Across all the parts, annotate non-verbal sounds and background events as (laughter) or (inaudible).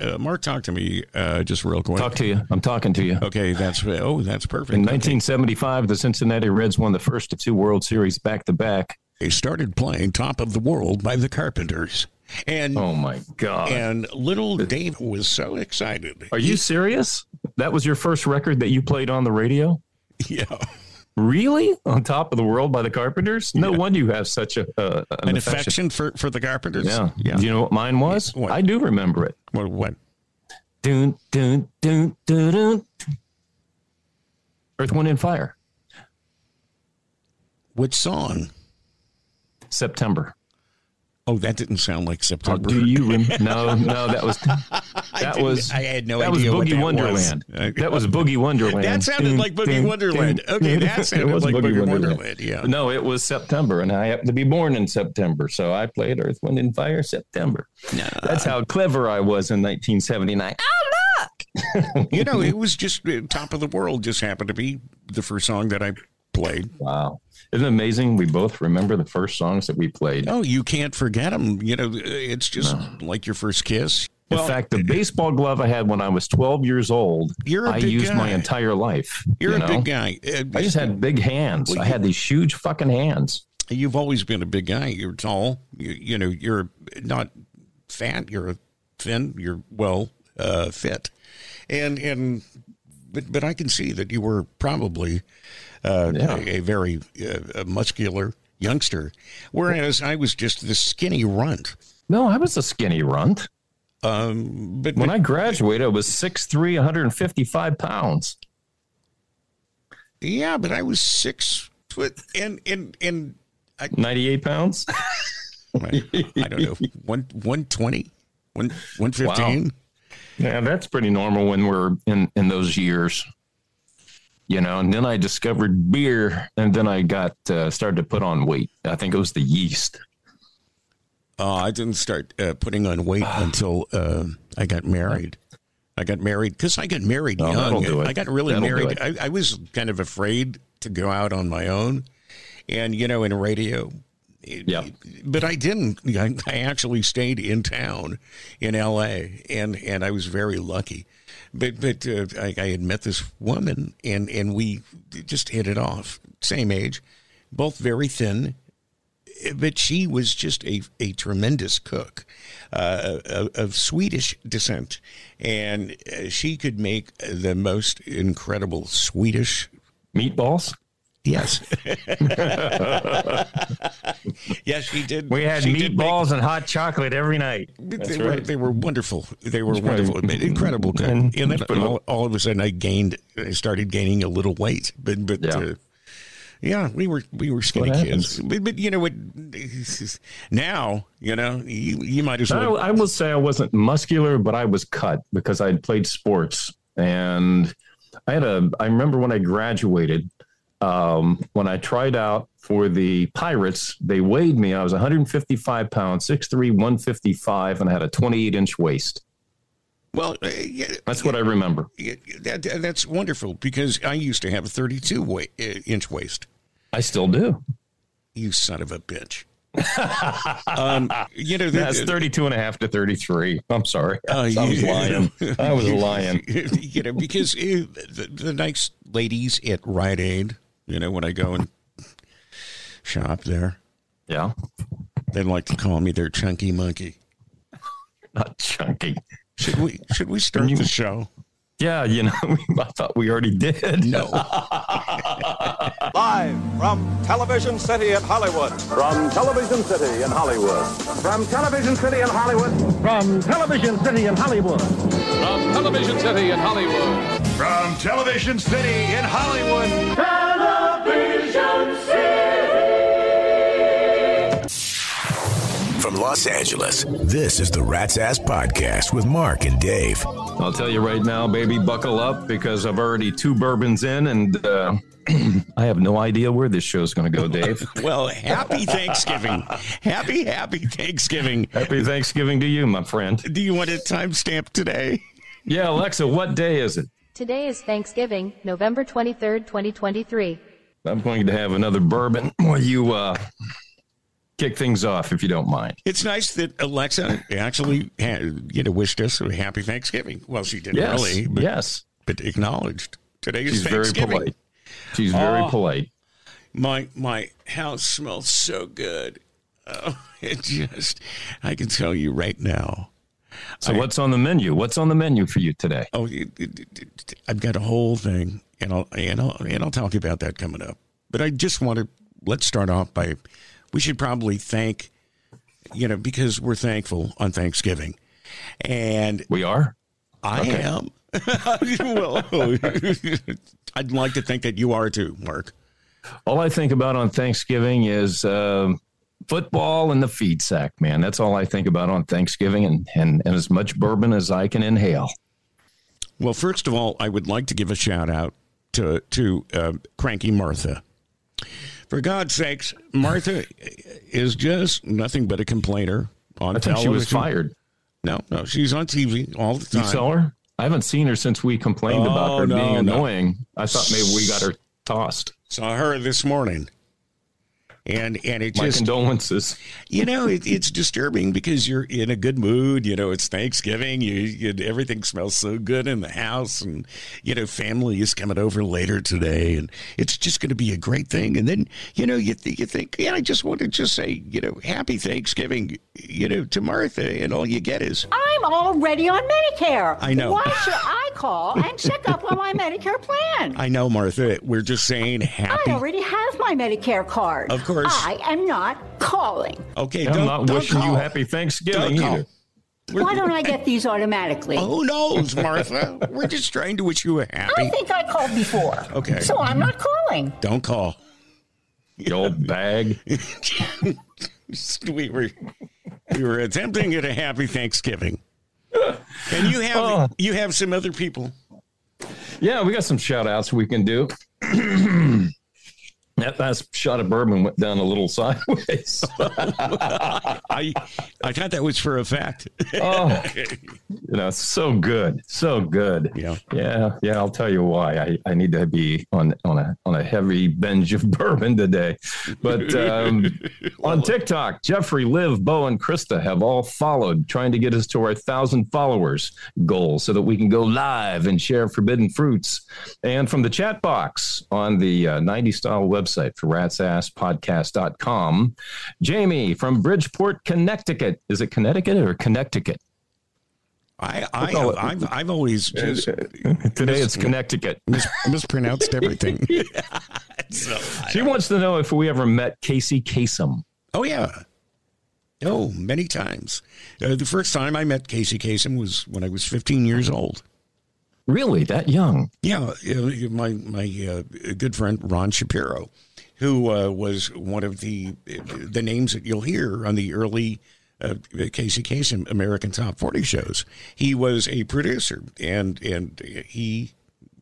Uh, Mark, talk to me uh, just real quick. Talk to you. I'm talking to you. Okay, that's oh, that's perfect. In Okay. 1975, the Cincinnati Reds won the first of two World Series back to back. They started playing "Top of the World" by the Carpenters, and Oh my God! and little Dave was so excited. Are you serious? That was your first record that you played on the radio? (laughs) Yeah, Really? On top of the world by the Carpenters? No wonder you have such a uh, an, an affection. affection for for the Carpenters. Yeah. yeah. Do you know what mine was? What? I do remember it. What? what? Dun, dun, dun, dun, dun. Earth, Wind, and Fire. Which song? September. Oh, that didn't sound like Oh, September. do you remember? No, no, that was that didn't- (laughs) was I had no that idea was what Boogie that was. Wonderland. Okay. That was Boogie Wonderland. That sounded like Boogie Wonderland. (laughs) Okay, that It sounded was like Boogie Wonderland, yeah. (laughs) No, it was September, and I happened to be born in September, so I played Earth, Wind, and Fire September. That's how clever I was in 1979. you know, it was just uh, "Top of the World" just happened to be the first song that I played. Wow, isn't it amazing? We both remember the first songs that we played. Oh, you can't forget them. You know, it's just like your first kiss. in fact, the baseball glove I had when I was 12 years old, You're a I big used my guy. entire life. You're you a know? big guy. Uh, I just had big hands. I had these huge fucking hands. You've always been a big guy. You're tall. You, you know, you're not fat. You're thin. You're well uh, fit, and and but but I can see that you were probably uh, Yeah. a, a very uh, a muscular youngster, whereas I was just this skinny runt. No, I was a skinny runt. Um, but When I graduated, I was 6'3, 155 pounds. yeah, but I was six foot and and and. I, 98 pounds? I don't know one one twenty, one one fifteen. yeah, that's pretty normal when we're in, in those years. You know, and then I discovered beer and then I got uh, started to put on weight. I think it was the yeast. Oh, I didn't start uh, putting on weight Ah. until uh, I got married. I got married because I got married Oh, that'll young. do it. I got really That'll do married. I, I was kind of afraid to go out on my own, and you know, in radio. it- Yeah. But I didn't. I, I actually stayed in town, in L.A., and and I was very lucky. But but uh, I, I had met this woman, and and we just hit it off. Same age, both very thin, but she was just a, a tremendous cook uh, of, of Swedish descent. And uh, she could make the most incredible Swedish. Meatballs? Yes. (laughs) yes, she did. We had she did make- meatballs and hot chocolate every night. they, were, they were wonderful. They were right. wonderful. Incredible. cook. And, And- then all, all of a sudden I gained, I started gaining a little weight. But, but, Yeah. uh, yeah, we were we were skinny What kids, but, but you know what? (laughs) Now you know you, you might as I, well I will say I wasn't muscular, but I was cut because I had played sports. And I had a, I remember when I graduated, um, when I tried out for the Pirates, they weighed me. I was 155 pounds, 6'3, 155, and I had a 28 inch waist. Well, uh, yeah, That's what I remember. yeah, that, that's wonderful because I used to have a 32 wa- uh, inch waist. I still do. You son of a (laughs) bitch. um, you know, That's 32 and a half to 33. I'm sorry. uh, I was you- lying. I was lying. (laughs) you know, because uh, the, the nice ladies at Rite Aid, you know, when I go and shop there, Yeah. they like to call me their chunky monkey. Not chunky. Should we should we start the show? Yeah. You know, (laughs) I thought we already did. No. Live from Television City in Hollywood. From Television City in Hollywood. From Television City in Hollywood. From Television City in Hollywood. From Television City in Hollywood. From Television City in Hollywood. From Los Angeles, this is the Rat's Ass Podcast with Mark and Dave. I'll tell you right now, baby, buckle up because I've already two bourbons in, and uh, (clears throat) I have no idea where this show's going to go, Dave. (laughs) well, happy Thanksgiving. happy, happy Thanksgiving. (laughs) Happy Thanksgiving to you, my friend. Do you want a timestamp today? Yeah, Alexa, what day is it? Today is Thanksgiving, November 23rd, 2023. I'm going to have another bourbon while you uh, kick things off if you don't mind. It's nice that Alexa actually had, you know wished us a happy Thanksgiving. Well, she didn't Yes. really, but, yes. but acknowledged today is She's very Thanksgiving. polite. She's very Oh. polite. My my house smells so good. Oh, (laughs) it just I can tell you right now. So what's on the menu? What's on the menu for you today? Oh, it, it, it- it- I've got a whole thing, and I'll and I'll and I'll talk about that coming up. But I just want to let's start off by we should probably thank you know because we're thankful on Thanksgiving, and We are. I am. (laughs) well, (laughs) I'd like to think that you are too, Mark. All I think about on Thanksgiving is um, football and the feed sack, man. That's all I think about on Thanksgiving, and, and and as much bourbon as I can inhale. Well, first of all, I would like to give a shout out to to uh, Cranky Martha. For God's sakes, Martha is just nothing but a complainer on I think television. she was fired. No, no, she's on TV all the You time. saw her? I haven't seen her since we complained Oh, about her no, being no. annoying. I thought maybe we got her tossed. Saw her this morning, and and it My just condolences. you know it, it's disturbing because you're in a good mood you know it's thanksgiving you, you everything smells so good in the house and you know family is coming over later today and it's just going to be a great thing and then you know you, th- you think yeah i just want to just say you know happy thanksgiving you know to martha and all you get is I'm already on Medicare. I know. Why should I call and check up (laughs) on my Medicare plan? i know martha we're just saying I happy already have my Medicare card. Of course. I am not calling. okay I'm don't, not don't wishing call. you happy Thanksgiving don't call. either. We're- Oh, (laughs) Why don't I get these automatically? who knows martha we're just trying to wish you a I happy think I called before. Okay. So I'm not calling. don't Oh. call You old bag. (laughs) we were we were attempting at a happy Thanksgiving. And you have Oh. you have some other people. Yeah, we got some shout outs we can do. (clears throat) that last shot of bourbon went down a (laughs) little (laughs) sideways. Oh, I I thought that was for a fact. oh, you know, so good, so good. Yeah. yeah, yeah. I'll tell you why. I, I need to be on on a on a heavy binge of (laughs) bourbon today. But um, on TikTok, Jeffrey, Liv, Bo, and Krista have all followed, trying to get us to our thousand followers goal, so that we can go live and share forbidden fruits. And from the chat box on the uh, 90 style website for ratsasspodcast.com, Jamie from Bridgeport, Connecticut. Is it Connecticut or Connecticut? I, I call have, I've it- I've always just (laughs) Today it's Connecticut. mis- mispronounced everything. So, I- She wants to know if we ever met Casey Kasem. oh yeah. Oh, many times. Uh, the first time I met Casey Kasem was when I was 15 years old. Really, that young? Yeah, uh, my my uh, good friend Ron Shapiro, who uh, was one of the the names that you'll hear on the early uh, Casey Kasem American Top Forty shows. He was a producer, and and he,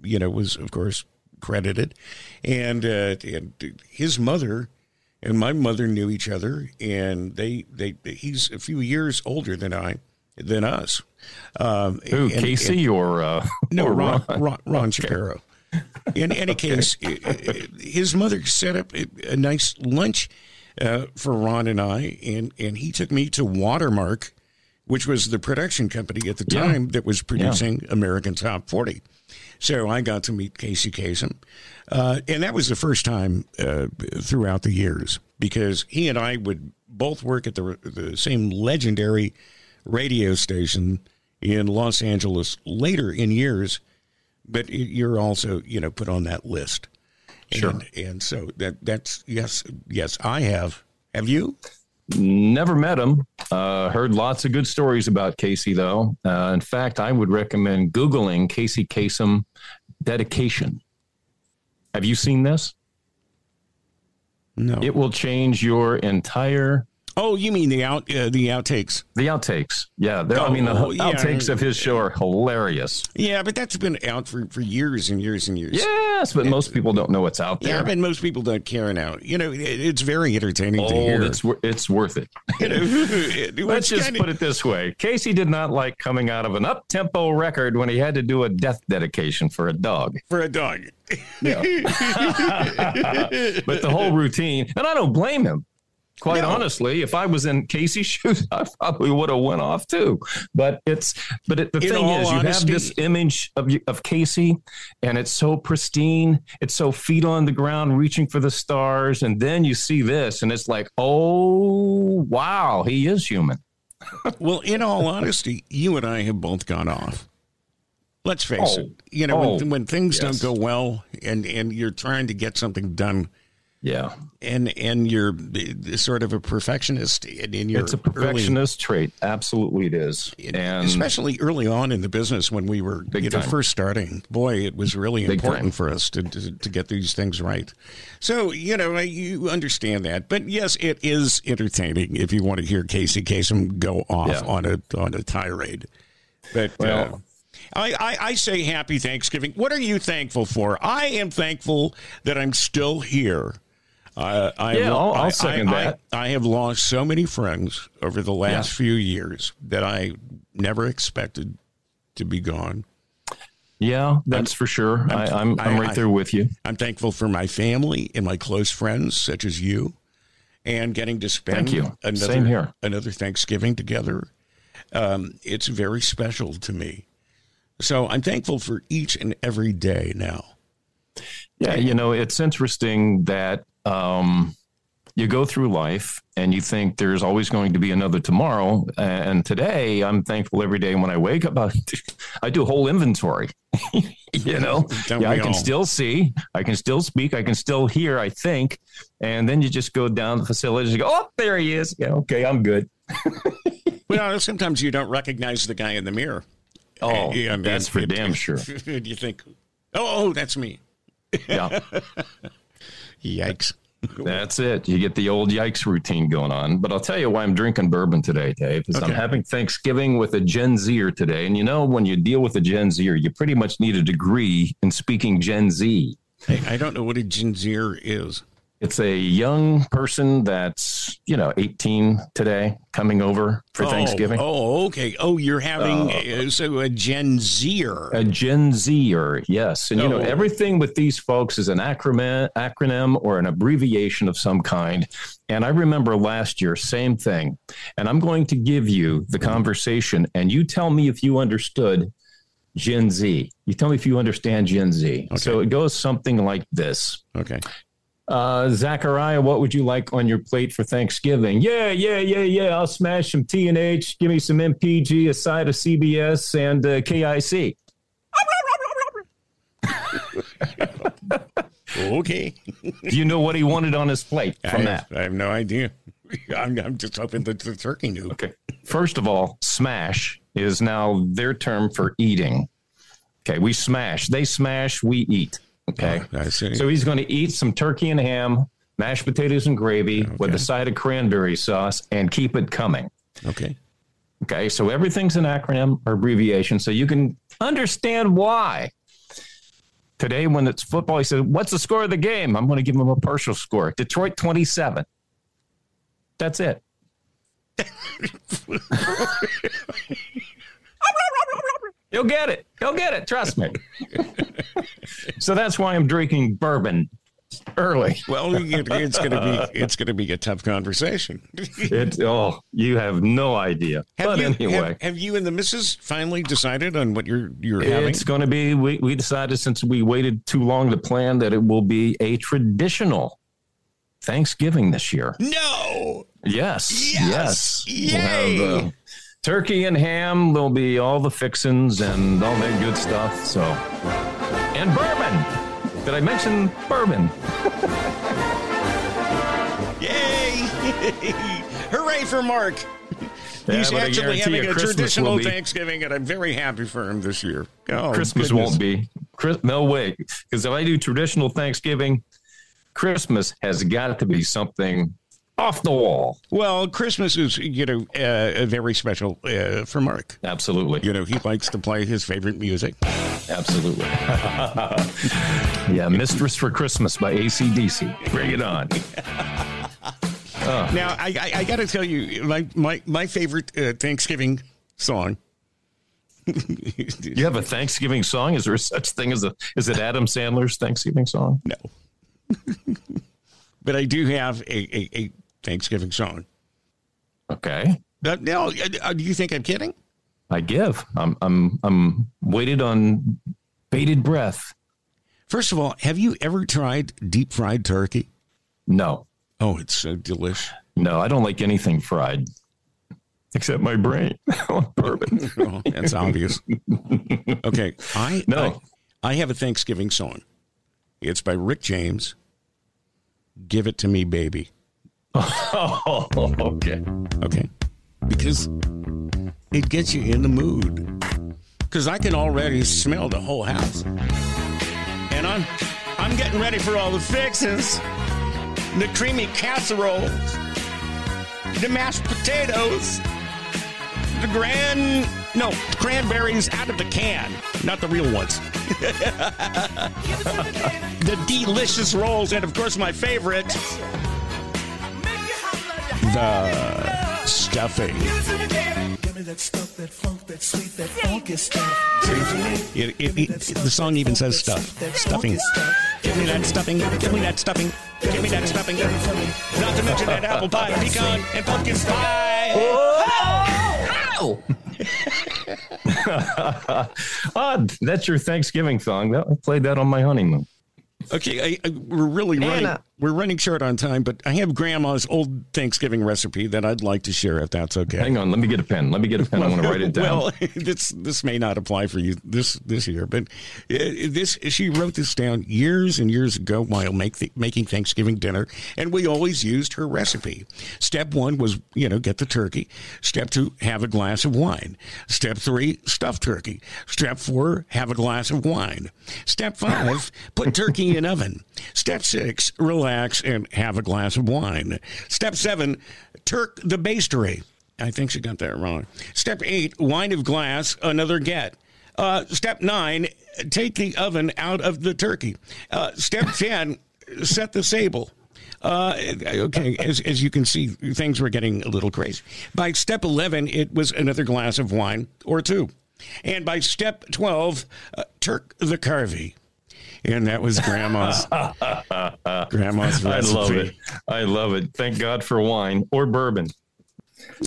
you know, was of course credited, and uh, and his mother. And my mother knew each other, and they, they he's a few years older than I, than us. Um, Who, and- Casey or uh, (laughs) no, or Ron, Ron, Ron Shapiro. In any case, i- i- his mother set up a- a nice lunch uh, for Ron and I, and, and he took me to Watermark, which was the production company at the Yeah. time that was producing American Top 40. So I got to meet Casey Kasem. Uh, and that was the first time uh, throughout the years because he and I would both work at the, the same legendary radio station in Los Angeles later in years. But y- you're also, you know, put on that list. Sure. And, and so that that's yes, yes, I have. Have you? Never met him. Uh, heard lots of good stories about Casey, though. Uh, in fact, I would recommend Googling Casey Kasem dedication. Have you seen this? No. It will change your entire Oh, you mean the out uh, the outtakes? the outtakes. Yeah, they're- I Oh, mean the yeah. outtakes of his show are hilarious. Yeah, but that's been out for, for years and years and years. Yes, but most people don't know what's out there. Yeah, but most people don't care now. You know, it, it's very entertaining to Oh, hear. it's wor- it's worth it. (laughs) You know, (laughs) (laughs) it- it- Let's it's just kinda- put it this way: Casey did not like coming out of an up-tempo record when he had to do a death dedication for a dog. for a dog. (laughs) but the whole routine, and I don't blame him. Quite honestly, if I was in Casey's (laughs) shoes, I probably would have went off too. But it's but it, the In thing all is, you have honesty- this image of you- of Casey, and it's so pristine, it's so feet on the ground, reaching for the stars, and then you see this, and it's like, oh wow, he is human. Well, in all honesty, you and I have both gone off. Let's face Oh. it. You know, Oh, when, when things yes. don't go well, and and you're trying to get something done, Yeah, and and you're uh, sort of a perfectionist, and in your it's a perfectionist trait. Absolutely, it is. early, especially early on in the business when we were Big you know, time. first starting. Boy, it was really Big important time. for us to, to to get these things right. So you know, I- you understand that, but yes, it is entertaining if you want to hear Casey Kasem go off Yeah. on a on a tirade. But Well- uh, I, I, I say happy Thanksgiving. What are you thankful for? I am thankful that I'm still here. Uh, I, Yeah, I'll- I'll I- second I- I- that. I have lost so many friends over the last Yeah. few years that I never expected to be gone. yeah, that's for sure. I, I'm I'm I- right I- there with you. I'm thankful for my family and my close friends, such as you, and getting to spend Thank you. Another, Same here. another Thanksgiving together. Um, it's very special to me. So I'm thankful for each and every day now. Yeah, you know, it's interesting that um, you go through life and you think there's always going to be another tomorrow. And today, I'm thankful every day when I wake up. (laughs) I do, I do a whole inventory. (laughs) you know, Don't yeah, we I can all? still see, I can still speak, I can still hear. I think, and then you just go down the facility and you go, "Oh, there he is." Yeah, okay, I'm good. (laughs) Well, sometimes you don't recognize the guy in the mirror. Oh, Yeah, I mean, that's for it- (laughs) damn sure. you think, oh, oh, that's me. Yeah. Yikes. That's it. You get the old yikes routine going on. But I'll tell you why I'm drinking bourbon today, Dave, is I'm Okay. having Thanksgiving with a Gen Zer today. And you know, when you deal with a Gen Zer, you pretty much need a degree in speaking Gen Z. I, I don't know what a ginzir is. It's a young person that's, you know, 18 today coming over for Oh, Thanksgiving. Oh. Oh, okay. Oh, you're having uh, so a Gen Zer. A Gen Zer, yes. And you know, Oh. everything with these folks is an acronym, acronym or an abbreviation of some kind. And I remember last year, same thing. And I'm going to give you the conversation, and you tell me if you understood Gen Z. You tell me if you understand Gen Z. So it goes something like this. Okay. Uh, Zachariah, what would you like on your plate for Thanksgiving? Yeah, yeah, yeah, yeah. I'll smash some T and H. Give me some MPG, a side of CBS, and uh, KIC. Okay. Do you know what he wanted on his plate I from have, that? I have no idea. (laughs) I'm, I'm just hoping that the turkey knew. Okay. First of all, smash is now their term for eating. Okay. We smash. They smash. We eat. Okay. Oh, I see. So he's going to eat some turkey and ham, mashed potatoes and gravy with a side of cranberry sauce and keep it coming. okay. Okay, so everything's an acronym or abbreviation, so you can understand why. Today, when it's football, he said, What's the score of the game? I'm going to give him a partial score Detroit 27. That's it. (laughs) You'll get it. You'll get it. Trust me. so that's why I'm drinking bourbon early. Well, it- it's gonna be it's gonna be a tough conversation. It, oh, you have no idea. but you, anyway. have, have you and the missus finally decided on what you're you're having? It's going to be. We, we decided since we waited too long to plan that it will be a traditional Thanksgiving this year. No. Yes, Yes! yes, We'll have, Yay! uh, turkey and ham. There'll be all the fixins and all that good stuff. So, and bourbon. Did I mention bourbon? Yay! (laughs) Hooray for Mark! He's but I actually guarantee having you a Christmas will traditional be- Thanksgiving, and I'm very happy for him this year. Oh, Christmas goodness. won't be. Chris, no way. Because if I do traditional Thanksgiving, Christmas has got to be something off the wall. Well, Christmas is, you know, uh, very special uh, for Mark. Absolutely. You know, he likes to play his favorite music. (laughs) Absolutely. yeah, Mistress for Christmas by ACDC. Bring it on. Now, I, I, I got to tell you, my my, my favorite uh, Thanksgiving song. (laughs) You have a Thanksgiving song? Is there such thing as a is it Adam Sandler's Thanksgiving song? No, but I do have a, a, a Thanksgiving song. Okay. That- Now, uh, do you think I'm kidding? I give. I'm I'm I'm waited on bated breath. First of all, have you ever tried deep fried turkey? No. Oh, it's so delicious. No, I don't like anything fried. Except my brain (laughs) on bourbon. Oh, that's obvious. Okay, I No. I, I have a Thanksgiving song. It's by Rick James. Give it to me, baby. (laughs) oh, okay. Okay, because it gets you in the mood. Because I can already smell the whole house, and I'm I'm getting ready for all the fixes, the creamy casseroles, the mashed potatoes, the grand no cranberries out of the can, not the real ones. (laughs) the delicious rolls, and of course my favorite, the stuffing. It, it, it, the song even says stuff. Stuffing. Give me that stuffing. Give me that stuffing. Give me that stuffing. Not to mention that apple (laughs) pie, pecan, and pumpkin pie. Ah, that's your Thanksgiving song. That, I played that on my honeymoon. Okay, I, I, we're really running. Anna. We're running short on time, but I have Grandma's old Thanksgiving recipe that I'd like to share if that's okay. Hang on, let me get a pen. Let me get a pen. I want to write it (laughs) down. Well, (laughs) this this may not apply for you this this year, but uh, this she wrote this down years and years ago while make the, making Thanksgiving dinner, and we always used her recipe. Step one was you know get the turkey. Step two, have a glass of wine. Step three, stuff turkey. Step four, have a glass of wine. Step five, put turkey in oven. Step six, relax and have a glass of wine. Step seven, turk the bastery. I think she got that wrong. Step eight, wine of glass, another get. Uh, step nine, take the oven out of the turkey. Uh, (laughs) step 10, set the sable. Uh, okay, as, as you can see, things were getting a little crazy. By step 11, it was another glass of wine or two. And by step 12, uh, Turk the Carvey. And that (laughs) was Grandma's. grandma's I recipe. love it. I love it. Thank God for wine or bourbon.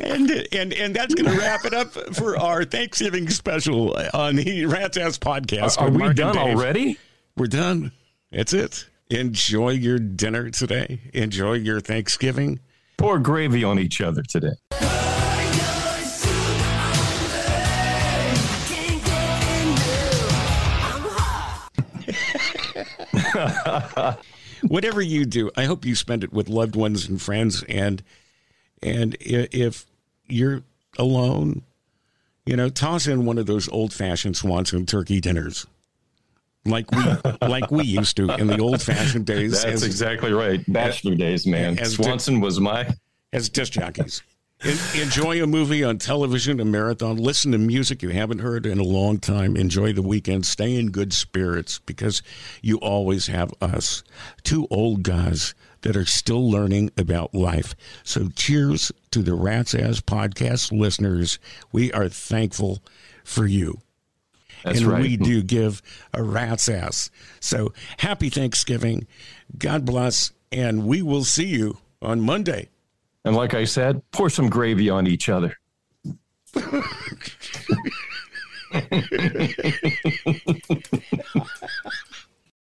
And and and that's going to wrap it up for our Thanksgiving special on the Rats Ass podcast. Are with we Mark and done Dave. already? We're done. That's it. Enjoy your dinner today. Enjoy your Thanksgiving. Pour gravy on each other today. Whatever you do, I hope you spend it with loved ones and friends. And and i- if you're alone, you know, toss in one of those old-fashioned Swanson turkey dinners, like (laughs) we like we used to in the old-fashioned days That's as, exactly right. Bachelor days, man. as- Swanson was my as disc jockeys. En- Enjoy a movie on television, a marathon. Listen to music you haven't heard in a long time. Enjoy the weekend. Stay in good spirits because you always have us, two old guys that are still learning about life. So, cheers to the Rats Ass podcast listeners. We are thankful for you. That's and right. we do give a rat's ass. So, happy Thanksgiving. God bless. And we will see you on Monday. And like I said, pour some gravy on each other.